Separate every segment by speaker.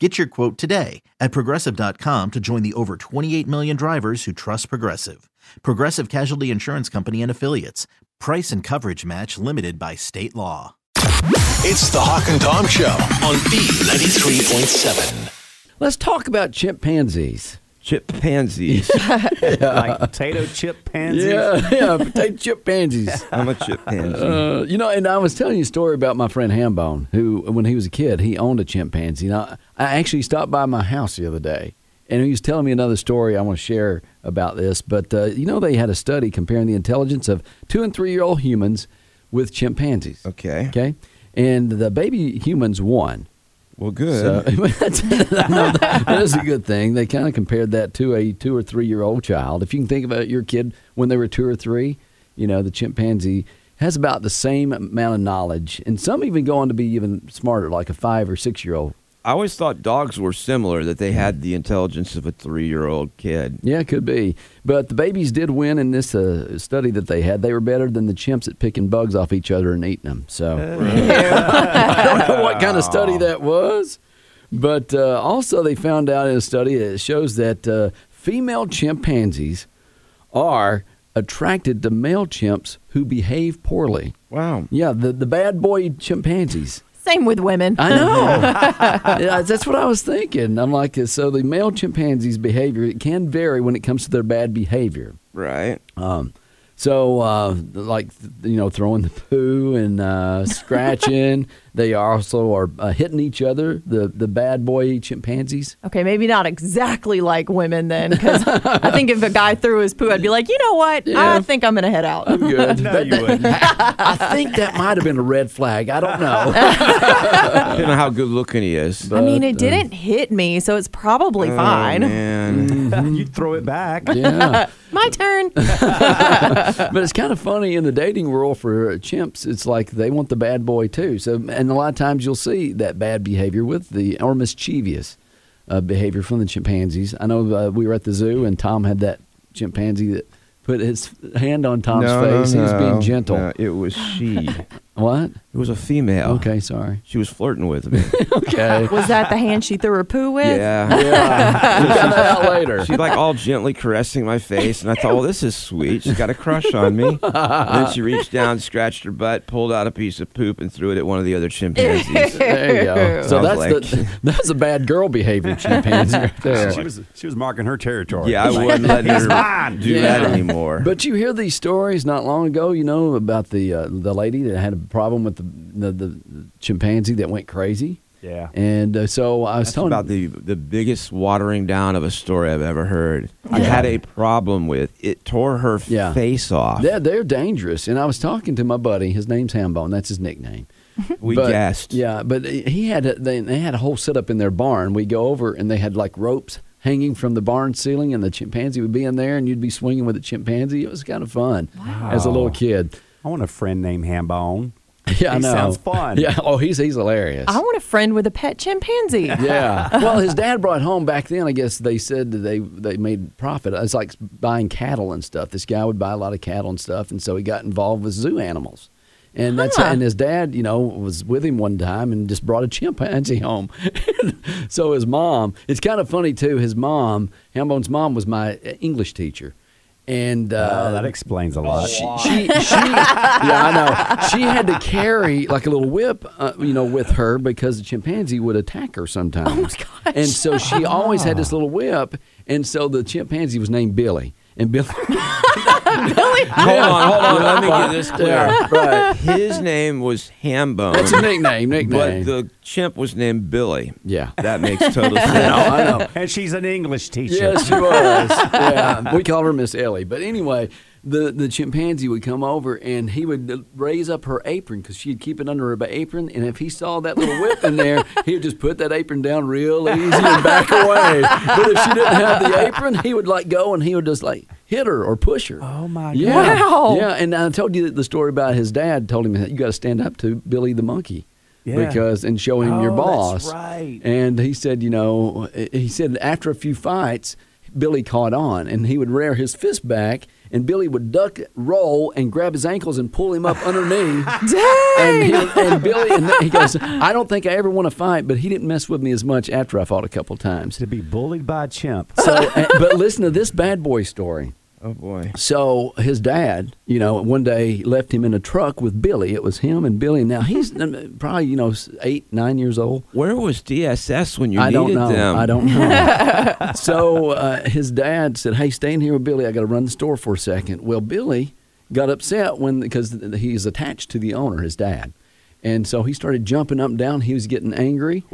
Speaker 1: Get your quote today at progressive.com to join the over 28 million drivers who trust Progressive. Progressive Casualty Insurance Company and Affiliates. Price and coverage match limited by state law.
Speaker 2: It's the Hawk and Tom Show on B93.7.
Speaker 3: Let's talk about chimpanzees.
Speaker 4: Chimpanzees. Like potato chip pansies.
Speaker 3: Yeah, yeah, potato chimpanzees.
Speaker 4: I'm a chimpanzee.
Speaker 3: Uh, you know, and I was telling you a story about my friend Hambone, who, when he was a kid, he owned a chimpanzee. Now, I actually stopped by my house the other day, and he was telling me another story I want to share about this. But, uh, you know, they had a study comparing the intelligence of two and three year old humans with chimpanzees.
Speaker 4: okay.
Speaker 3: Okay. And the baby humans won.
Speaker 4: Well, good.
Speaker 3: So that's, that is a good thing. They kind of compared that to a two or three year old child. If you can think about your kid when they were two or three, you know, the chimpanzee has about the same amount of knowledge, and some even go on to be even smarter, like a five or six year old.
Speaker 4: I always thought dogs were similar, that they had the intelligence of a three year old kid.
Speaker 3: Yeah, it could be. But the babies did win in this uh, study that they had. They were better than the chimps at picking bugs off each other and eating them. So I don't know what kind of study that was. But uh, also, they found out in a study that it shows that uh, female chimpanzees are attracted to male chimps who behave poorly.
Speaker 4: Wow.
Speaker 3: Yeah, the, the bad boy chimpanzees.
Speaker 5: Same with women.
Speaker 3: I know. yeah, that's what I was thinking. I'm like, so the male chimpanzee's behavior it can vary when it comes to their bad behavior.
Speaker 4: Right.
Speaker 3: Um, so, uh, like you know, throwing the poo and uh, scratching. they also are uh, hitting each other. The the bad boy chimpanzees.
Speaker 5: Okay, maybe not exactly like women then, because I think if a guy threw his poo, I'd be like, you know what?
Speaker 3: Yeah.
Speaker 5: I think I'm gonna head out.
Speaker 3: Good.
Speaker 6: No, you uh, wouldn't.
Speaker 3: I think that might have been a red flag. I don't know.
Speaker 4: Depending on how good looking he is.
Speaker 5: I mean,
Speaker 3: uh,
Speaker 5: it didn't hit me, so it's probably fine.
Speaker 4: Oh,
Speaker 3: Mm.
Speaker 4: Man.
Speaker 6: You'd throw it back.
Speaker 3: yeah.
Speaker 5: My turn.
Speaker 3: but it's kind of funny in the dating world for chimps. It's like they want the bad boy too. So, and a lot of times you'll see that bad behavior with the or mischievous uh, behavior from the chimpanzees. I know uh, we were at the zoo and Tom had that chimpanzee that put his hand on Tom's face. he was being gentle.
Speaker 4: no, it was she. It
Speaker 3: What?
Speaker 4: was a female.
Speaker 3: Okay, sorry.
Speaker 4: She was flirting with me.
Speaker 3: Okay.
Speaker 5: Was that the hand she threw her poo with?
Speaker 4: yeah.
Speaker 3: yeah, we'll find that out later.
Speaker 4: She like all gently caressing my face, and I thought, "Well, this is sweet. She's got a crush on me." And then she reached down, scratched her butt, pulled out a piece of poop, and threw it at one of the other chimpanzees.
Speaker 3: There you go. So
Speaker 4: I
Speaker 3: that's
Speaker 4: was
Speaker 3: the, that's a bad girl behavior chimpanzee right there.
Speaker 6: She was she was marking her territory.
Speaker 4: Yeah, I
Speaker 6: Like,
Speaker 4: wouldn't let
Speaker 6: "He's
Speaker 4: her
Speaker 6: mine."
Speaker 4: do that anymore.
Speaker 3: But you hear these stories not long ago, you know, about the uh, the lady that had a problem with the the, the chimpanzee that went crazy.
Speaker 6: Yeah.
Speaker 3: And uh, so I was
Speaker 4: That's
Speaker 3: telling
Speaker 4: about the the biggest watering down of a story I've ever heard. I had a problem with it. Tore her
Speaker 3: Yeah.
Speaker 4: face off.
Speaker 3: they're, they're dangerous. And I was talking to my buddy. His name's Hambone. That's his nickname.
Speaker 4: we
Speaker 3: But-
Speaker 4: guessed.
Speaker 3: Yeah, but he had a, they, they had a whole setup in their barn. We go over and they had like ropes hanging from the barn ceiling, and the chimpanzee would be in there, and you'd be swinging with the chimpanzee. It was kind of fun as a little kid.
Speaker 6: I want a friend named Hambone.
Speaker 3: Yeah, I
Speaker 6: He
Speaker 3: know.
Speaker 6: sounds fun.
Speaker 3: Yeah. Oh, he's he's hilarious.
Speaker 5: I want a friend with a pet chimpanzee.
Speaker 3: yeah. Well, his dad brought home back then. I guess they said that they they made profit. It's like buying cattle and stuff. This guy would buy a lot of cattle and stuff, and so he got involved with zoo animals. And that's
Speaker 5: Huh.
Speaker 3: and his dad, you know, was with him one time and just brought a chimpanzee home. so his mom, it's kind of funny too. His mom, Hambone's mom, was my English teacher, and
Speaker 6: Oh,
Speaker 3: uh,
Speaker 6: that explains a lot. Oh,
Speaker 3: she, she, she, yeah, I know. She had to carry like a little whip, uh, you know, with her because the chimpanzee would attack her sometimes. Oh my gosh. And so she always had this little whip, and so the chimpanzee was named Billy. And Billy,
Speaker 4: Hold on, hold on. Let me get this clear.
Speaker 3: yeah, right.
Speaker 4: His name was Hambone.
Speaker 3: That's a nickname,
Speaker 4: But
Speaker 3: nickname.
Speaker 4: the chimp was named Billy.
Speaker 3: yeah.
Speaker 4: That makes total
Speaker 3: I know,
Speaker 4: sense.
Speaker 3: I know.
Speaker 6: and she's an English teacher.
Speaker 3: Yes, she was. yeah, we called her Miss Ellie. But anyway, the the chimpanzee would come over and he would raise up her apron because she'd keep it under her ba- apron. And if he saw that little whip in there, he would just put that apron down real easy and back away. But if she didn't have the apron, he would like go and he would just like hit her or push her.
Speaker 6: Oh, my
Speaker 3: yeah.
Speaker 6: God.
Speaker 5: Wow.
Speaker 3: Yeah, and I told you that the story about his dad told him that you got to stand up to Billy the monkey.
Speaker 6: Yeah.
Speaker 3: Because and show him your
Speaker 6: Oh, that's
Speaker 3: boss,
Speaker 6: right.
Speaker 3: and he said, you know, he said after a few fights, Billy caught on and he would rear his fist back and Billy would duck, roll, and grab his ankles and pull him up underneath. And, he, and Billy, and he goes, I don't think I ever want to fight, but he didn't mess with me as much after I fought a couple times.
Speaker 6: To be bullied by a chimp.
Speaker 3: So, uh, but listen to this bad boy story.
Speaker 4: Oh, boy.
Speaker 3: So his dad, you know, one day left him in a truck with Billy. It was him and Billy. Now he's um, probably you know s- eight, nine years old.
Speaker 4: Where was DSS when you
Speaker 3: I don't
Speaker 4: needed
Speaker 3: know.
Speaker 4: them?
Speaker 3: I don't know. so uh, his dad said, "Hey, stay in here with Billy. I got to run the store for a second. Well, Billy got upset when because he's attached to the owner, his dad, and so he started jumping up and down. He was getting angry.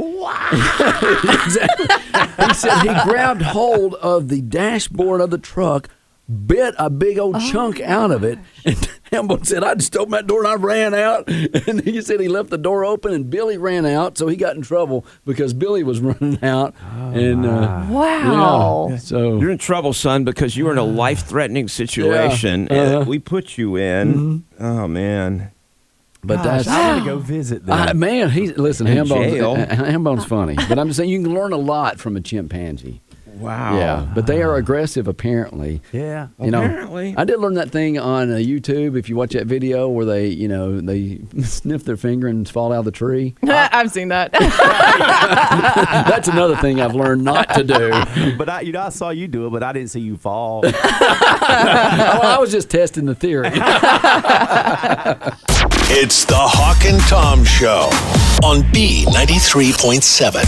Speaker 3: Exactly. he said he grabbed hold of the dashboard of the truck, bit a big old chunk out of it, and Hambone said, I just opened that door and I ran out. And he said he left the door open and Billy ran out, so he got in trouble because Billy was running out. and uh,
Speaker 5: Wow.
Speaker 3: yeah, so
Speaker 4: Oh You're in trouble, son, because you were in a life threatening situation.
Speaker 3: Yeah.
Speaker 4: and
Speaker 3: Uh-huh. Mm-hmm.
Speaker 4: we put you in. Oh, man.
Speaker 3: but
Speaker 6: Gosh,
Speaker 3: that's
Speaker 6: I want to go visit them.
Speaker 3: I- man, he's listen.
Speaker 4: In
Speaker 3: Hambone's,
Speaker 4: jail.
Speaker 3: uh, Hambone's funny, but I'm just saying you can learn a lot from a chimpanzee.
Speaker 4: Wow.
Speaker 3: Yeah, but they are aggressive apparently.
Speaker 6: yeah.
Speaker 3: You know,
Speaker 4: Apparently.
Speaker 3: I did learn that thing on uh, YouTube. If you watch that video where they, you know, they sniff their finger and fall out of the tree,
Speaker 5: I've seen that.
Speaker 3: that's another thing I've learned not to do.
Speaker 6: But I, you know, I saw you do it, but I didn't see you fall.
Speaker 3: Well, Oh, I was just testing the theory.
Speaker 2: It's the Hawk and Tom Show on B93.7.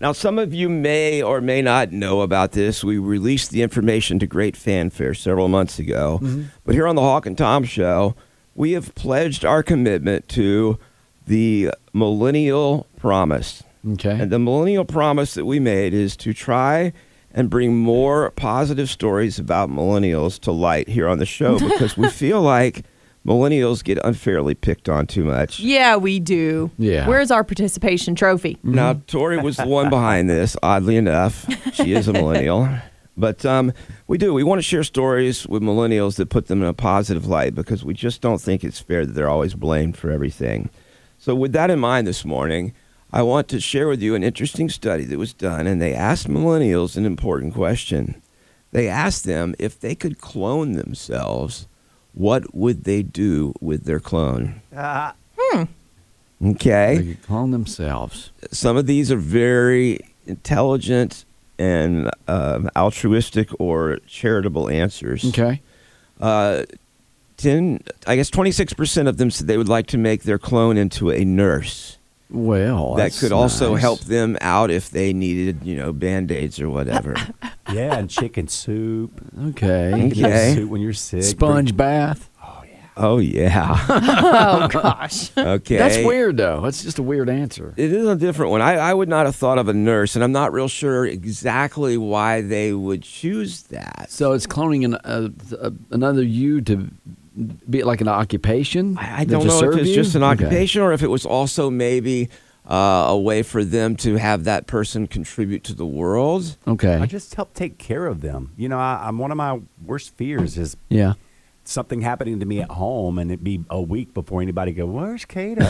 Speaker 4: Now, some of you may or may not know about this. We released the information to great fanfare several months ago.
Speaker 3: Mm-hmm.
Speaker 4: But here on the Hawk and Tom Show, we have pledged our commitment to the Millennial Promise.
Speaker 3: Okay.
Speaker 4: And the Millennial Promise that we made is to try and bring more positive stories about millennials to light here on the show because we feel like millennials get unfairly picked on too much.
Speaker 5: yeah, we do.
Speaker 3: Yeah.
Speaker 5: Where's our participation trophy?
Speaker 4: Now, Tori was the one behind this, oddly enough. She is a millennial. But um, we do. We want to share stories with millennials that put them in a positive light because we just don't think it's fair that they're always blamed for everything. So, with that in mind this morning, I want to share with you an interesting study that was done, and they asked millennials an important question. They asked them if they could clone themselves, what would they do with their clone? Okay
Speaker 3: They could clone themselves.
Speaker 4: some of these are very intelligent and um, altruistic or charitable answers.
Speaker 3: Okay.
Speaker 4: Uh, 10, I guess 26% of them said they would like to make their clone into a nurse. that
Speaker 3: Well, Oh, that's
Speaker 4: could also
Speaker 3: nice.
Speaker 4: help them out if they needed, you know, band aids or whatever.
Speaker 6: yeah, and chicken soup. You
Speaker 3: Okay.
Speaker 6: can have
Speaker 4: Okay.
Speaker 6: soup when you're sick.
Speaker 3: Sponge bath.
Speaker 4: oh, yeah.
Speaker 5: Oh, gosh.
Speaker 4: okay.
Speaker 3: That's weird though. That's just a weird answer.
Speaker 4: It is a different one. I, I would not have thought of a nurse, and I'm not real sure exactly why they would choose that.
Speaker 3: So it's cloning an, uh, uh, another you to be like an occupation.
Speaker 4: I, I
Speaker 3: to
Speaker 4: don't know if
Speaker 3: serve
Speaker 4: it's
Speaker 3: you?
Speaker 4: just an
Speaker 3: Okay.
Speaker 4: occupation or if it was also maybe uh, a way for them to have that person contribute to the world.
Speaker 3: Okay.
Speaker 6: I just help take care of them. You know, I, I'm one of my worst fears is
Speaker 3: yeah.
Speaker 6: something happening to me at home and it be a week before anybody go, Where's Kato?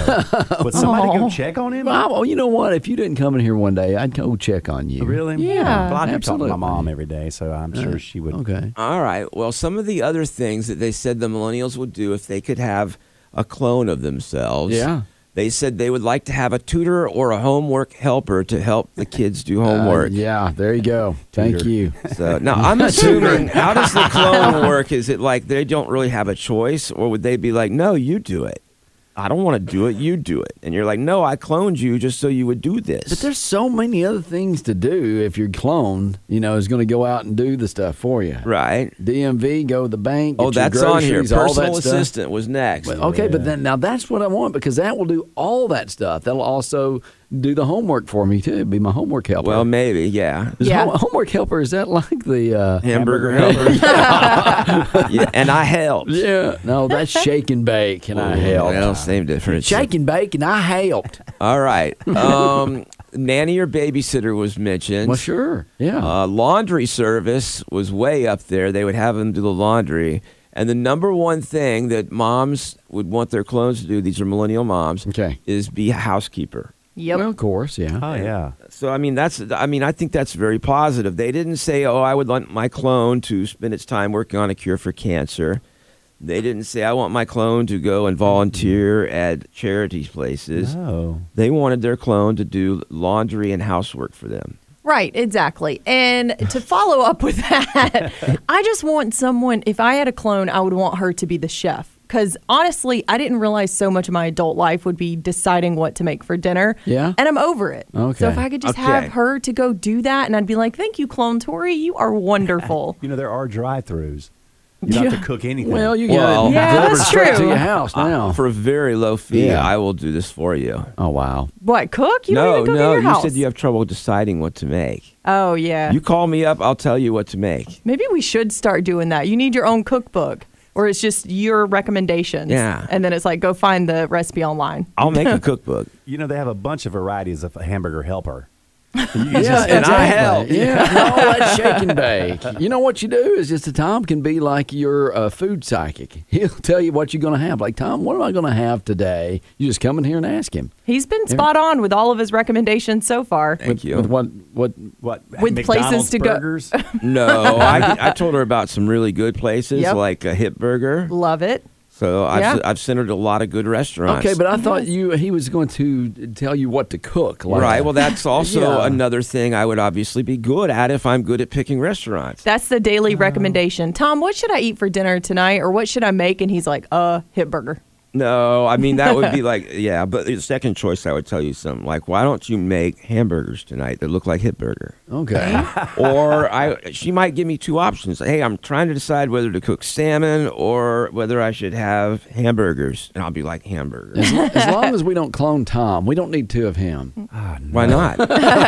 Speaker 6: Would somebody go check on him?
Speaker 3: Well, well, oh, you know what? If you didn't come in here one day, I'd go check on you.
Speaker 6: Oh, Really?
Speaker 3: Yeah,
Speaker 6: Well, I do talk to my
Speaker 3: absolutely.
Speaker 6: mom every day, so I'm sure she would.
Speaker 3: Okay.
Speaker 4: All right. Well, some of the other things that they said the millennials would do if they could have a clone of themselves.
Speaker 3: Yeah.
Speaker 4: They said they would like to have a tutor or a homework helper to help the kids
Speaker 3: Uh,
Speaker 4: do homework.
Speaker 3: Yeah, there you go. Thank you.
Speaker 4: So now I'm assuming how does the clone work? Is it like they don't really have a choice, or would they be like, "No, you do it. I don't want to do it. You do it." And you're like, "No, I cloned you just so you would do this."
Speaker 3: But there's so many other things to do if your clone, you know, is going to go out and do the stuff for you.
Speaker 4: right.
Speaker 3: DMV, go to the bank.
Speaker 4: Oh,
Speaker 3: get
Speaker 4: that's
Speaker 3: your
Speaker 4: on here.
Speaker 3: groceries, all
Speaker 4: Personal
Speaker 3: that stuff.
Speaker 4: assistant was next.
Speaker 3: But, okay, but then now that's what I want because that will do all that stuff. That'll also do the homework for me too. Be my homework helper.
Speaker 4: well, maybe, yeah.
Speaker 3: Is
Speaker 5: Yeah.
Speaker 3: home- homework helper is that like the uh,
Speaker 4: Hamburger helper. yeah, and I helped.
Speaker 3: Yeah, no, that's shake and bake, and
Speaker 4: Oh,
Speaker 3: I helped.
Speaker 4: Well, same difference.
Speaker 3: Shake and bake, and I helped.
Speaker 4: All right. Um, nanny or babysitter was mentioned.
Speaker 3: Well, sure, yeah.
Speaker 4: Uh, laundry service was way up there. They would have them do the laundry. And the number one thing that moms would want their clones to do, these are millennial moms,
Speaker 3: Okay.
Speaker 4: is be a housekeeper.
Speaker 5: Yep.
Speaker 3: Well, of course, yeah.
Speaker 4: Uh,
Speaker 6: Oh yeah.
Speaker 4: So I mean that's I mean I think that's very positive. They didn't say, "Oh, I would want my clone to spend its time working on a cure for cancer." They didn't say, "I want my clone to go and volunteer at charity places."
Speaker 6: Oh.
Speaker 4: They wanted their clone to do laundry and housework for them.
Speaker 5: Right, exactly. And to follow up with that, I just want someone, if I had a clone, I would want her to be the chef. Because honestly, I didn't realize so much of my adult life would be deciding what to make for dinner.
Speaker 3: Yeah.
Speaker 5: And I'm over it.
Speaker 3: Okay.
Speaker 5: So if I could just have
Speaker 4: Okay.
Speaker 5: her to go do that, and I'd be like, thank you, clone Tori. You are wonderful.
Speaker 6: You know there are drive-throughs. You don't have to cook anything.
Speaker 3: Well, you
Speaker 4: Well, Uh,
Speaker 3: got it
Speaker 5: Yeah,
Speaker 3: delivered
Speaker 5: that's
Speaker 3: straight to
Speaker 5: true.
Speaker 3: your house now.
Speaker 4: For a very low fee,
Speaker 3: Yeah.
Speaker 4: I will do this for you.
Speaker 3: oh wow,
Speaker 5: what, cook? You
Speaker 4: no,
Speaker 5: don't even cook
Speaker 4: no,
Speaker 5: at your
Speaker 4: you
Speaker 5: house.
Speaker 4: said you have trouble deciding what to make.
Speaker 5: oh, yeah.
Speaker 4: You call me up, I'll tell you what to make.
Speaker 5: Maybe we should start doing that. You need your own cookbook. Or it's just your recommendations.
Speaker 4: Yeah.
Speaker 5: And then it's like, go find the recipe online.
Speaker 4: I'll make a cookbook.
Speaker 6: you know they have a bunch of varieties of hamburger helper.
Speaker 3: yeah,
Speaker 4: and I helped.
Speaker 3: exactly. Yeah, and all that shake and bake. You know what you do is just that Tom can be like your uh, food psychic. He'll tell you what you're going to have. Like Tom, what am I going to have today? You just come in here and ask him.
Speaker 5: He's been spot on with all of his recommendations so far.
Speaker 4: Thank you.
Speaker 3: With what? What?
Speaker 6: What
Speaker 5: With places
Speaker 6: McDonald's
Speaker 5: to go-
Speaker 6: burgers?
Speaker 4: No, I, I told her about some really good places
Speaker 5: Yep.
Speaker 4: like a Hip Burger.
Speaker 5: Love it.
Speaker 4: So I've,
Speaker 5: Yeah.
Speaker 4: I've sent her to a lot of good restaurants.
Speaker 3: Okay, but I thought you he was going to tell you what to cook. Like
Speaker 4: right. Well, that's also
Speaker 3: Yeah.
Speaker 4: another thing I would obviously be good at if I'm good at picking restaurants.
Speaker 5: That's the daily recommendation. Tom, what should I eat for dinner tonight or what should I make? And he's like, uh, hit burger.
Speaker 4: No, I mean that would be like yeah. But the second choice, I would tell you something like, why don't you make hamburgers tonight that look like Hip Burger?
Speaker 3: Okay.
Speaker 4: or I, she might give me two options. Hey, I'm trying to decide whether to cook salmon or whether I should have hamburgers, and I'll be like hamburgers.
Speaker 3: as long as we don't clone Tom, we don't need two of him.
Speaker 4: Why not? I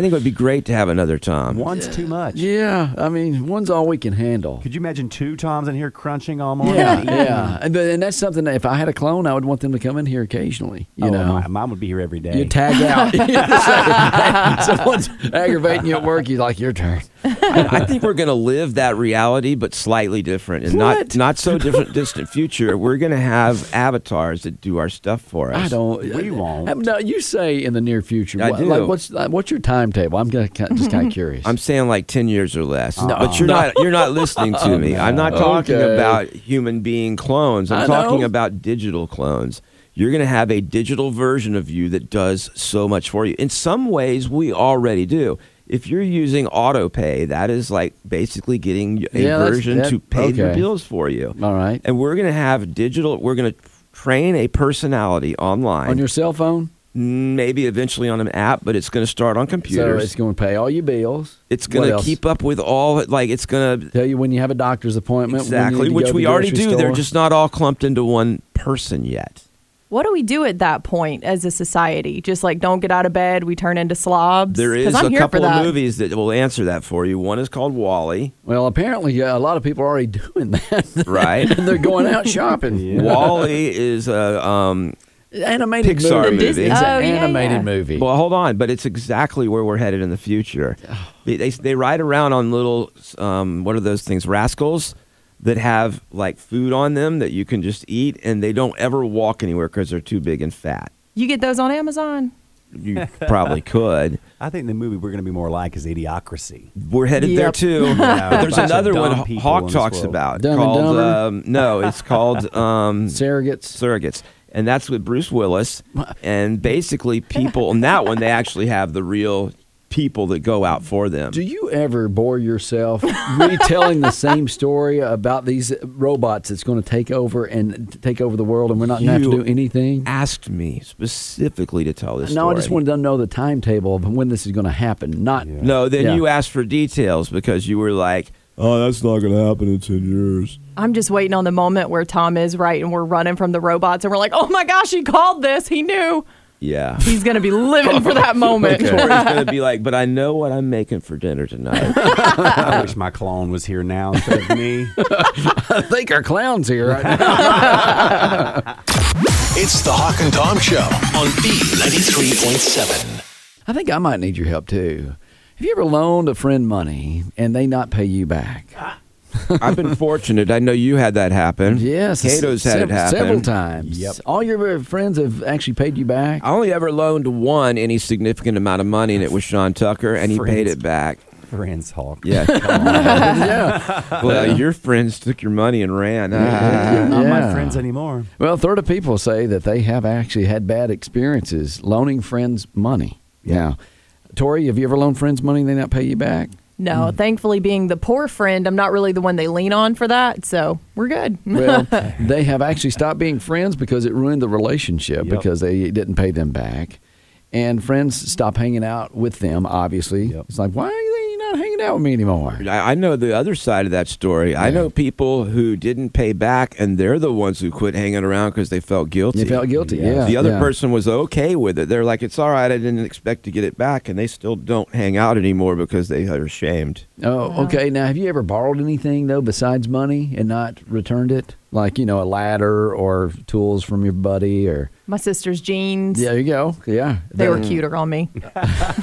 Speaker 4: think it would be great to have another Tom.
Speaker 6: One's too much.
Speaker 3: Yeah, I mean, one's all we can handle.
Speaker 6: Could you imagine two Toms in here crunching all morning?
Speaker 3: Yeah, yeah, and, th- and that's something that if I had a clone, I would want them to come in here occasionally. You
Speaker 6: oh,
Speaker 3: know,
Speaker 6: my, mine would be here every day.
Speaker 3: you tag out. Someone's aggravating you at work. You're like, your turn.
Speaker 4: I think we're going to live that reality, but slightly different, and not
Speaker 3: What?
Speaker 4: not so different distant future. We're going to have avatars that do our stuff for us.
Speaker 3: I don't.
Speaker 6: We won't.
Speaker 3: I- no, you say in the near future.
Speaker 4: I
Speaker 3: What-
Speaker 4: do.
Speaker 3: Like, what's like, what's your timetable? I'm gonna, ki- just kind of curious.
Speaker 4: I'm saying like ten years or less, but you're not you're not listening to me. I'm not talking
Speaker 3: Okay.
Speaker 4: about human being clones. I'm
Speaker 3: I
Speaker 4: talking
Speaker 3: know.
Speaker 4: about digital clones. You're going to have a digital version of you that does so much for you. In some ways, we already do. If you're using AutoPay, that is like basically getting a
Speaker 3: Yeah, that's-
Speaker 4: version
Speaker 3: that-
Speaker 4: to pay your
Speaker 3: okay.
Speaker 4: bills for you.
Speaker 3: All right.
Speaker 4: And we're going to have digital. We're going to train a personality online.
Speaker 3: on your cell phone,
Speaker 4: maybe eventually on an app, but it's going to start on computers.
Speaker 3: so it's going to pay all your bills.
Speaker 4: It's
Speaker 3: What
Speaker 4: going to
Speaker 3: else?
Speaker 4: keep up with all, like, it's going to.
Speaker 3: Tell you when you have a doctor's appointment. when you need
Speaker 4: Exactly,
Speaker 3: to go
Speaker 4: which
Speaker 3: to
Speaker 4: we
Speaker 3: the
Speaker 4: already do.
Speaker 3: grocery
Speaker 4: They're
Speaker 3: store.
Speaker 4: just not all clumped into one person yet.
Speaker 5: What do we do at that point as a society? Just like, don't get out of bed. We turn into slobs.
Speaker 4: There
Speaker 5: 'Cause
Speaker 4: is
Speaker 5: I'm
Speaker 4: a
Speaker 5: here for
Speaker 4: couple
Speaker 5: that.
Speaker 4: of movies that will answer that for you. One is called Wally,
Speaker 3: Well, apparently, yeah, a lot of people are already doing that.
Speaker 4: right?
Speaker 3: and they're going out shopping.
Speaker 4: Wally is a. Um,
Speaker 3: Animated
Speaker 4: Pixar movie.
Speaker 3: It's
Speaker 4: Disney-
Speaker 3: an
Speaker 5: Oh, yeah,
Speaker 3: animated
Speaker 5: yeah.
Speaker 3: movie.
Speaker 4: well, hold on, but it's exactly where we're headed in the future. They, they, they ride around on little, um, what are those things, rascals that have like food on them that you can just eat, and they don't ever walk anywhere because they're too big and fat.
Speaker 5: You get those on Amazon.
Speaker 4: You probably could.
Speaker 6: I think the movie we're going to be more like is Idiocracy.
Speaker 4: We're headed there
Speaker 5: Yep.
Speaker 4: too.
Speaker 6: Yeah,
Speaker 4: but there's
Speaker 6: bunch of
Speaker 4: another
Speaker 6: dumb
Speaker 4: one
Speaker 6: people in
Speaker 4: Hawk
Speaker 6: this
Speaker 4: talks
Speaker 6: world.
Speaker 4: about
Speaker 3: Dumb and
Speaker 4: called
Speaker 3: Dumber?
Speaker 4: um, no, it's called um,
Speaker 3: surrogates.
Speaker 4: surrogates. and that's with Bruce Willis. And basically, people on that one they actually have the real people that go out for them.
Speaker 3: Do you ever bore yourself retelling the same story about these robots that's going to take over and t- take over the world and we're not going to have to
Speaker 4: You
Speaker 3: do anything?
Speaker 4: asked me specifically to tell this.
Speaker 3: No, I
Speaker 4: story.
Speaker 3: just wanted to know the timetable of when this is going to happen. Not
Speaker 4: No, then
Speaker 3: Yeah.
Speaker 4: you asked for details because you were like, "Oh, that's not going to happen in ten years."
Speaker 5: I'm just waiting on the moment where Tom is right and we're running from the robots and we're like, oh my gosh, he called this. He knew.
Speaker 4: Yeah.
Speaker 5: He's going to be living for that moment.
Speaker 4: Tori's going to be like, "But I know what I'm making for dinner tonight."
Speaker 6: I wish my clone was here now instead of me.
Speaker 3: I think our clowns here. Right now.
Speaker 2: It's the Hawk and Tom Show on B93.7.
Speaker 3: I think I might need your help too. Have you ever loaned a friend money and they not pay you back?
Speaker 4: I've been fortunate. I know you had that happen.
Speaker 3: Yes,
Speaker 4: Cato's had it
Speaker 3: sev-
Speaker 4: happen
Speaker 3: several times.
Speaker 6: Yep.
Speaker 3: All your uh, friends have actually paid you back.
Speaker 4: I only ever loaned one any significant amount of money, and it was Sean Tucker, and he
Speaker 6: Friends.
Speaker 4: paid it back.
Speaker 6: Friends Hawk.
Speaker 4: Yeah. Well, your friends took your money and ran. Ah.
Speaker 6: Not
Speaker 3: Yeah.
Speaker 6: my friends anymore.
Speaker 3: Well, a third of people say that they have actually had bad experiences loaning friends money. Yeah. Tori, have you ever loaned friends money and they not pay you back?
Speaker 5: No, thankfully, being the poor friend, I'm not really the one they lean on for that. So we're good.
Speaker 3: Well, they have actually stopped being friends because it ruined the relationship
Speaker 6: Yep.
Speaker 3: because they didn't pay them back. And friends stop hanging out with them, obviously.
Speaker 6: Yep.
Speaker 3: It's like, why are you not hanging out with me anymore?
Speaker 4: I I know the other side of that story. I know people who didn't pay back, and they're the ones who quit hanging around because they felt guilty.
Speaker 3: You felt guilty. Yeah.
Speaker 4: the other
Speaker 3: yeah.
Speaker 4: person was okay with it. They're like, "It's all right. I didn't expect to get it back," and they still don't hang out anymore because they are ashamed.
Speaker 3: Oh, okay. Now, have you ever borrowed anything, though, besides money and not returned it? Like, you know, a ladder or tools from your buddy or.
Speaker 5: My sister's jeans,
Speaker 3: Yeah, there you go. Yeah.
Speaker 5: they were cuter on me.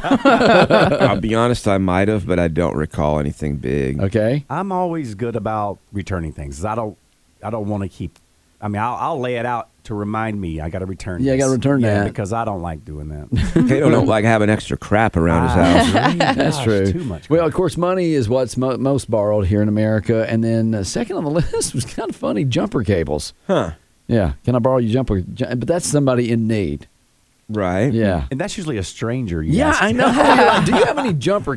Speaker 4: I'll be honest, I might have, but I don't recall anything big.
Speaker 3: Okay.
Speaker 6: I'm always good about returning things. 'cause I don't. I don't want to keep. I mean, I'll, I'll lay it out to remind me. I got to return.
Speaker 3: Yeah, I gotta
Speaker 6: this.
Speaker 3: return
Speaker 6: Yeah,
Speaker 3: that.
Speaker 6: because I don't like doing that. Ah,
Speaker 4: Cato don't like having extra crap around his
Speaker 3: Ah.
Speaker 4: house.
Speaker 3: That's true.
Speaker 6: Too much.
Speaker 3: Well, of course, money is what's mo- most borrowed here in America, and then uh, second on the list was kind of funny jumper cables.
Speaker 4: Huh.
Speaker 3: Yeah, can I borrow your jumper? ju- But that's somebody in need.
Speaker 4: Right.
Speaker 3: Yeah.
Speaker 6: and that's usually a stranger. You
Speaker 3: Yeah,
Speaker 6: ask.
Speaker 3: I know. Like, Do you have any jumper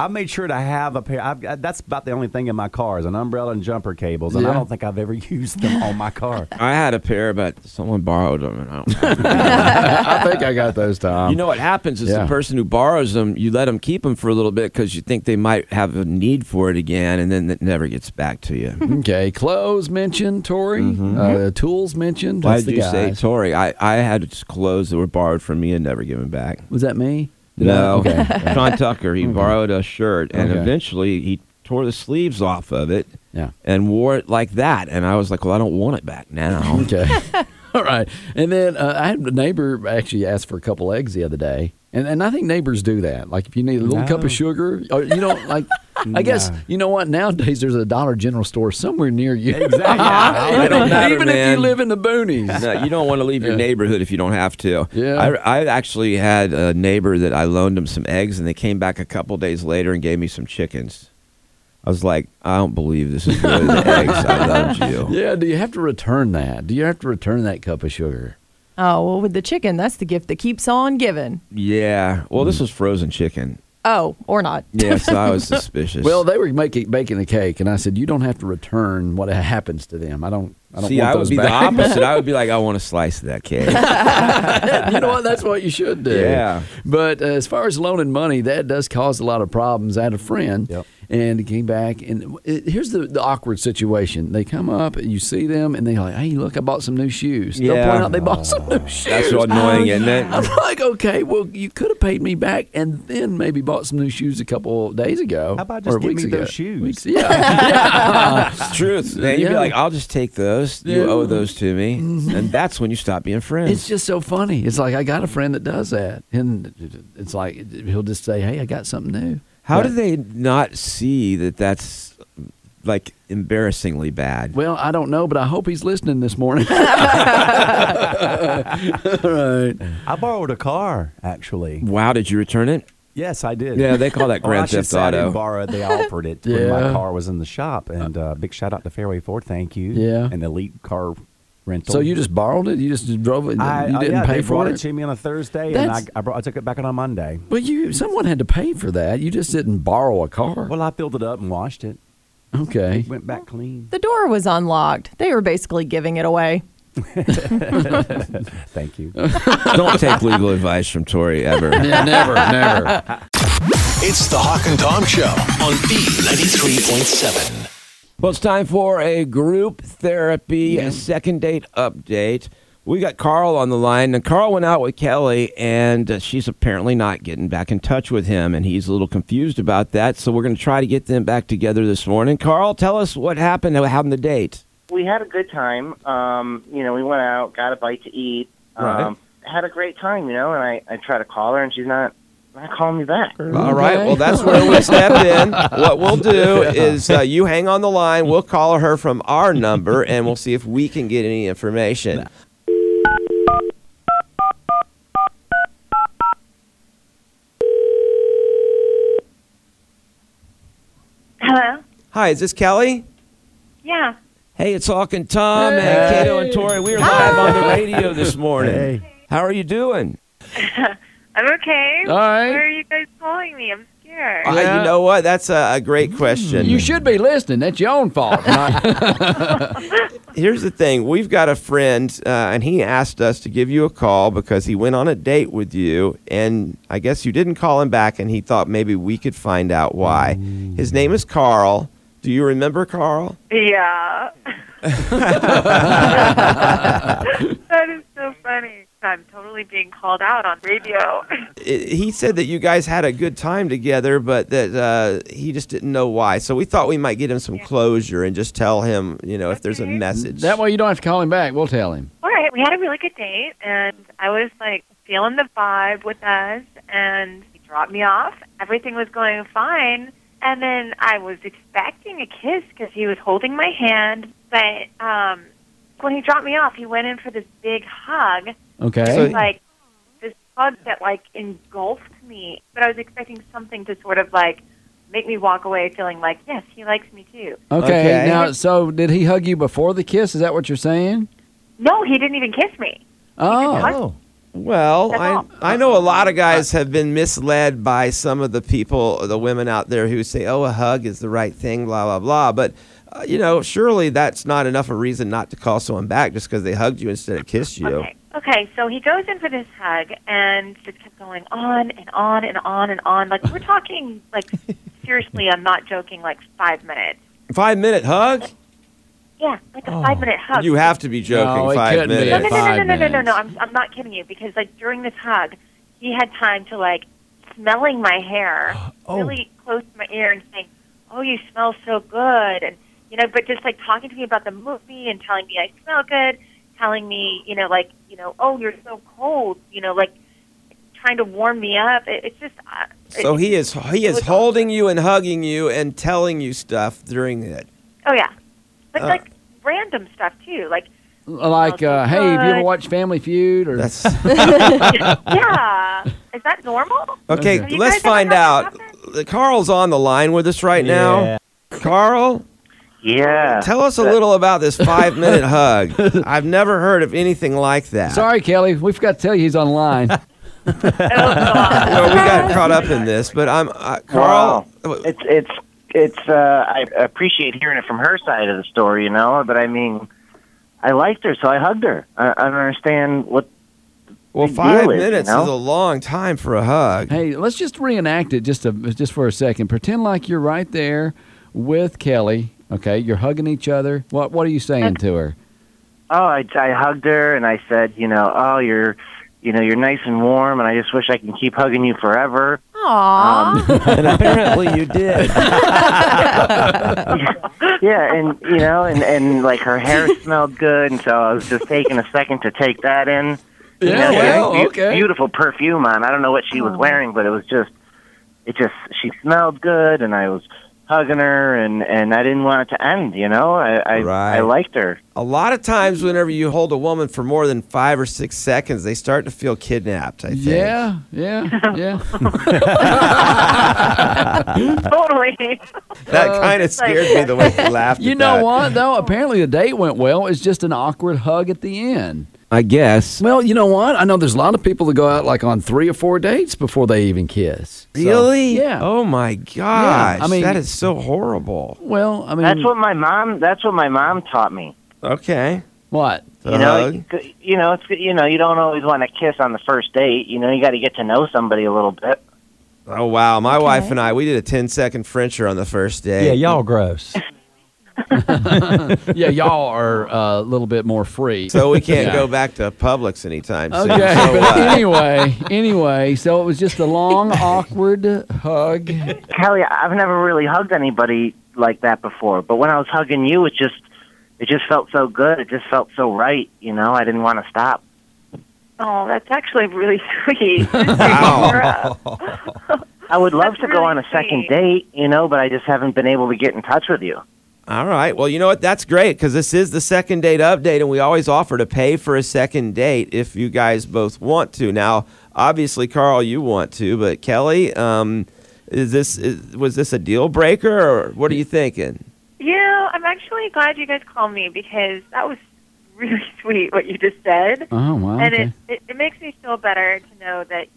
Speaker 6: I made sure to have a pair. I've, I, that's about the only thing in my car is an umbrella and jumper cables, and
Speaker 3: Yeah.
Speaker 6: I don't think I've ever used them on my car.
Speaker 4: I had a pair, but someone borrowed them, and I don't
Speaker 3: I think I got those, Tom.
Speaker 4: You know what happens is
Speaker 3: Um, yeah.
Speaker 4: the person who borrows them, you let them keep them for a little bit because you think they might have a need for it again, and then it never gets back to you.
Speaker 3: Okay, clothes mentioned, Tori. Uh, tools mentioned.
Speaker 4: Why
Speaker 3: That's
Speaker 4: did
Speaker 3: the
Speaker 4: you say
Speaker 3: guys.
Speaker 4: Tori? I, I had clothes that were borrowed from me and never given back.
Speaker 3: Was that me? Did I-
Speaker 4: No,
Speaker 3: Okay.
Speaker 4: Sean Tucker, he borrowed a shirt, and
Speaker 3: Okay.
Speaker 4: eventually he tore the sleeves off of it
Speaker 3: Yeah.
Speaker 4: and wore it like that. And I was like, well, I don't want it back now.
Speaker 3: Okay. All right. And then uh, I had a neighbor actually asked for a couple eggs the other day. And, and I think neighbors do that. Like if you need a little cup
Speaker 6: No.
Speaker 3: of sugar, or you don't like, I guess,
Speaker 6: No.
Speaker 3: you know what? Nowadays there's a Dollar General store somewhere near you.
Speaker 6: Exactly.
Speaker 4: It don't
Speaker 3: even
Speaker 4: matter,
Speaker 3: even if
Speaker 4: man.
Speaker 3: you live in the boonies.
Speaker 4: No, you don't want to leave your neighborhood if you don't have to.
Speaker 3: Yeah.
Speaker 4: I, I actually had a neighbor that I loaned him some eggs, and they came back a couple days later and gave me some chickens. I was like, I don't believe this is really the eggs. I loved you.
Speaker 3: Yeah. Do you have to return that? Do you have to return that cup of sugar?
Speaker 5: Oh, well, with the chicken, that's the gift that keeps on giving.
Speaker 4: Yeah. Well, this was frozen chicken.
Speaker 5: Oh, or not.
Speaker 4: Yeah, so I was suspicious.
Speaker 3: Well, they were making baking the cake, and I said, "You don't have to return what happens to them. I don't. I don't
Speaker 4: see,
Speaker 3: want
Speaker 4: I
Speaker 3: those
Speaker 4: would be
Speaker 3: back."
Speaker 4: the opposite. I would be like, I want a slice of that cake.
Speaker 3: you know what? That's what you should do.
Speaker 4: Yeah.
Speaker 3: But uh, as far as loaning money, that does cause a lot of problems. I had a friend,
Speaker 6: Yep.
Speaker 3: and he came back, and it, here's the, the awkward situation. They come up, you see them, and they're like, "Hey, look, I bought some new shoes." They'll
Speaker 4: Yeah.
Speaker 3: point out they bought some new shoes.
Speaker 4: That's so annoying, isn't it?
Speaker 3: I'm like, okay, well, you could have paid me back, and then maybe bought some new shoes a couple days ago.
Speaker 6: How about
Speaker 3: or
Speaker 6: just give
Speaker 3: weeks
Speaker 6: me those
Speaker 3: ago.
Speaker 6: shoes?
Speaker 3: Weeks- yeah.
Speaker 4: It's truth. And you'd be
Speaker 3: Yeah.
Speaker 4: like, I'll just take those. You
Speaker 3: Yeah. Mm-hmm.
Speaker 4: owe those to me. And that's when you stop being friends.
Speaker 3: It's just so funny. It's like I got a friend that does that, and it's like he'll just say, "Hey, I got something new."
Speaker 4: How
Speaker 3: But-
Speaker 4: do they not see that that's like embarrassingly bad?
Speaker 3: Well, I don't know, but I hope he's listening this morning. All right.
Speaker 6: I borrowed a car actually.
Speaker 4: Wow, did you return it?
Speaker 6: Yes, I did.
Speaker 4: Yeah, they call that
Speaker 6: Or I
Speaker 4: Grand
Speaker 6: should
Speaker 4: Theft
Speaker 6: say I didn't
Speaker 4: Auto.
Speaker 6: borrow it. They offered it when my
Speaker 3: Yeah.
Speaker 6: car was in the shop. And uh, big shout out to Fairway Ford. Thank you.
Speaker 3: Yeah.
Speaker 6: And Elite Car rental.
Speaker 3: So you just borrowed it? You just drove it?
Speaker 6: I,
Speaker 3: you
Speaker 6: uh,
Speaker 3: didn't
Speaker 6: yeah,
Speaker 3: pay
Speaker 6: they
Speaker 3: for
Speaker 6: brought
Speaker 3: it?
Speaker 6: it to me on a Thursday,
Speaker 3: That's-
Speaker 6: and I, I, brought, I took it back on a Monday.
Speaker 3: Well, you someone had to pay for that. You just didn't borrow a car.
Speaker 6: Well, I filled it up and washed it.
Speaker 3: okay.
Speaker 6: Went back clean.
Speaker 5: The door was unlocked. They were basically giving it away.
Speaker 6: Thank you.
Speaker 4: Don't take legal advice from Tori ever.
Speaker 3: Yeah, never, never.
Speaker 2: It's the Hawk and Tom Show on B93.7.
Speaker 4: well, it's time for a group therapy a second date update. We got Carl on the line, and Carl went out with Kelly, and uh, she's apparently not getting back in touch with him, and he's a little confused about that. So we're going to try to get them back together this morning. Carl, tell us what happened. How happened the date?
Speaker 7: we had a good time. Um, you know, we went out, got a bite to eat, um,
Speaker 4: Right.
Speaker 7: had a great time. You know, and I I try to call her, and she's not not calling me back.
Speaker 4: All right. Well, that's where we step in. What we'll do is uh, you hang on the line. We'll call her from our number, and we'll see if we can get any information.
Speaker 8: Hello.
Speaker 4: Hi, is this Kelly?
Speaker 8: Yeah.
Speaker 4: Hey, it's Hawk and Tom and Kato and Tori. We're live on the radio this morning. How are you doing?
Speaker 8: I'm okay.
Speaker 3: All right.
Speaker 8: Why are you guys calling me? I'm scared.
Speaker 4: Uh, you know what? That's a, a great question.
Speaker 3: You should be listening. That's your own fault.
Speaker 4: Here's the thing we've got a friend, uh, and he asked us to give you a call because he went on a date with you, and I guess you didn't call him back, and he thought maybe we could find out why. His name is Carl. Do you remember Carl?
Speaker 8: yeah. that is so funny. I'm totally being called out on radio.
Speaker 4: it, he said that you guys had a good time together, but that uh, he just didn't know why. So we thought we might get him some closure and just tell him, you know, if there's a
Speaker 8: Okay.
Speaker 4: message.
Speaker 3: that way you don't have to call him back. We'll tell him.
Speaker 8: All right. We had a really good date, and I was like feeling the vibe with us, and he dropped me off. Everything was going fine. And then I was expecting a kiss because he was holding my hand, but um, when he dropped me off, he went in for this big hug.
Speaker 3: Okay.
Speaker 8: like this hug that like engulfed me. But I was expecting something to sort of like make me walk away feeling like, yes, he likes me too.
Speaker 3: okay.
Speaker 4: Okay.
Speaker 3: Now, so did he hug you before the kiss? Is that what you're saying?
Speaker 8: No, he didn't even kiss me.
Speaker 3: Oh.
Speaker 4: well,
Speaker 8: That's
Speaker 4: I,
Speaker 8: all.
Speaker 4: I know a lot of guys have been misled by some of the people, the women out there who say, oh, a hug is the right thing, blah, blah, blah. But, uh, you know, surely that's not enough a reason not to call someone back just because they hugged you instead of kissed you.
Speaker 8: Okay. Okay, so he goes in for this hug and just kept going on and on and on and on. Like we're talking like seriously, I'm not joking, like five minutes.
Speaker 4: Five minute hug?
Speaker 8: Yeah, like a five minute hug.
Speaker 4: You have to be joking.
Speaker 3: it
Speaker 4: five
Speaker 3: couldn't be.
Speaker 4: minutes.
Speaker 8: no, no, no, no,
Speaker 3: five
Speaker 8: no, no, no, no,
Speaker 3: minutes.
Speaker 8: I'm, I'm not kidding you because like during this hug, he had time to like smelling my hair
Speaker 4: Oh.
Speaker 8: really close to my ear and saying, "Oh, you smell so good," and you know, but just like talking to me about the movie and telling me I smell good, telling me you know like you know, oh, you're so cold, you know, like trying to warm me up. It, it's just uh,
Speaker 4: So
Speaker 8: it-
Speaker 4: he is he is
Speaker 8: was
Speaker 4: holding you and hugging you and telling you stuff during it.
Speaker 8: Oh yeah, but
Speaker 4: Uh,
Speaker 8: like random stuff too, like.
Speaker 3: Like, uh, hey, have you ever
Speaker 8: Good.
Speaker 3: watched Family Feud? Or
Speaker 4: That's
Speaker 8: yeah, is that normal?
Speaker 4: okay.
Speaker 8: Are you
Speaker 4: let's
Speaker 8: guys ever
Speaker 4: find out.
Speaker 8: having
Speaker 4: Carl's on the line with us right now. Carl,
Speaker 7: Yeah.
Speaker 4: tell us a little about this five minute hug. I've never heard of anything like that.
Speaker 3: Sorry, Kelly. We forgot to tell you he's online.
Speaker 8: Oh, God.
Speaker 4: Well, we got caught up in this, but I'm uh, Carl.
Speaker 7: Wow. It's it's it's. Uh, I appreciate hearing it from her side of the story, you know. But I mean, I liked her, so I hugged her. I, I don't understand what.
Speaker 4: Well,
Speaker 7: big
Speaker 4: five
Speaker 7: deal is, you
Speaker 4: minutes
Speaker 7: know?
Speaker 4: is a long time for a hug.
Speaker 3: Hey, let's just reenact it just a, just for a second. Pretend like you're right there with Kelly. Okay, you're hugging each other. What What are you saying to her?
Speaker 7: Oh, I, I hugged her and I said, you know, oh, you're, you know, you're nice and warm, and I just wish I can keep hugging you forever.
Speaker 5: Aww.
Speaker 8: Um,
Speaker 4: And apparently you did.
Speaker 7: yeah, and you know, and and like her hair smelled good, and so I was just taking a second to take that in. You know, she had beau- Beautiful perfume on. I don't know what she was wearing, but it was just, it just she smelled good, and I was hugging her, and and I didn't want it to end. You know, I I,
Speaker 4: Right.
Speaker 7: I liked her.
Speaker 4: A lot of times, whenever you hold a woman for more than five or six seconds, they start to feel kidnapped. I think.
Speaker 3: Yeah, yeah, yeah.
Speaker 8: totally. morning.
Speaker 4: That kind of scared me the way you laughed.
Speaker 3: Uh, You
Speaker 4: at
Speaker 3: know
Speaker 4: that.
Speaker 3: what, though? Apparently the date went well. It's just an awkward hug at the end.
Speaker 4: I guess.
Speaker 3: Well, you know what? I know there's a lot of people that go out like on three or four dates before they even kiss. So-
Speaker 4: Really?
Speaker 3: yeah.
Speaker 4: Oh my gosh.
Speaker 3: I mean-
Speaker 4: that is so horrible.
Speaker 3: Well, I mean,
Speaker 7: That's what my mom. That's what my mom taught me.
Speaker 4: Okay.
Speaker 3: what?
Speaker 7: You know, you- you know, it's you know, you don't always want to kiss on the first date. You know, you got to get to know somebody a little bit.
Speaker 4: Oh wow, my wife and I we did a 10 second Frencher on the first day.
Speaker 9: Yeah, y'all gross.
Speaker 3: Yeah, y'all are uh, a little bit more free.
Speaker 4: So we can't
Speaker 3: Yeah.
Speaker 4: go back to Publix anytime soon.
Speaker 3: Okay,
Speaker 4: So,
Speaker 3: but
Speaker 4: uh,
Speaker 3: anyway, anyway, so it was just a long, awkward hug.
Speaker 7: Kelly, I've never really hugged anybody like that before. But when I was hugging you, it just it just felt so good. It just felt so right. You know, I didn't want to stop.
Speaker 8: Oh, that's actually really sweet.
Speaker 4: Wow.
Speaker 7: I would love
Speaker 8: That's
Speaker 7: to go
Speaker 8: really
Speaker 7: on a second
Speaker 8: sweet.
Speaker 7: date, you know, but I just haven't been able to get in touch with you.
Speaker 4: all right. Well, you know what? That's great because this is the second date update, and we always offer to pay for a second date if you guys both want to. Now, obviously, Carl, you want to, but Kelly, um, is this is, was this a deal breaker, or what are you thinking?
Speaker 8: yeah, I'm actually glad you guys called me because that was really sweet what you just said.
Speaker 3: Oh, wow.
Speaker 8: and
Speaker 3: Okay.
Speaker 8: it, it, it makes me feel better to know that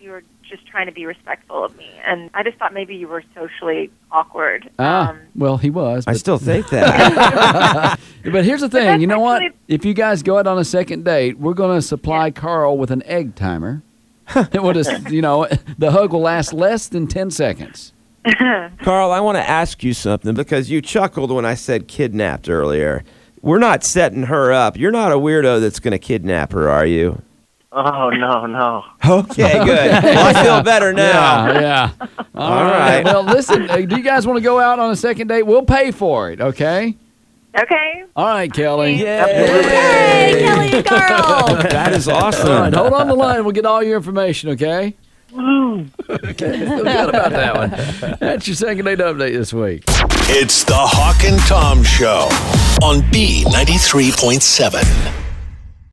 Speaker 8: you were just trying to be respectful of me. And I just thought maybe you were socially awkward.
Speaker 3: Ah,
Speaker 8: Um,
Speaker 3: well, he was.
Speaker 4: I
Speaker 3: But,
Speaker 4: still think that.
Speaker 3: but here's the thing. You know what?
Speaker 8: actually-
Speaker 3: If you guys go out on a second date, we're going to supply Carl with an egg timer. it will just, you know, the hug will last less than 10 seconds.
Speaker 4: Carl, I want to ask you something because you chuckled when I said kidnapped earlier. We're not setting her up. You're not a weirdo that's going to kidnap her, are you?
Speaker 7: Oh no, no.
Speaker 4: Okay, good. Well, I feel better now.
Speaker 3: Yeah, Ah, yeah.
Speaker 4: All right.
Speaker 3: Well, listen, uh, do you guys want to go out on a second date? We'll pay for it, okay?
Speaker 8: okay.
Speaker 3: All right, Kelly.
Speaker 5: Hey, Kelly and Carl.
Speaker 4: That is
Speaker 3: All right,
Speaker 4: awesome.
Speaker 3: hold on the line. We'll get all your information, okay? okay, feel good about that one. That's your second date update this week.
Speaker 2: It's the Hawk and Tom Show on B93.7.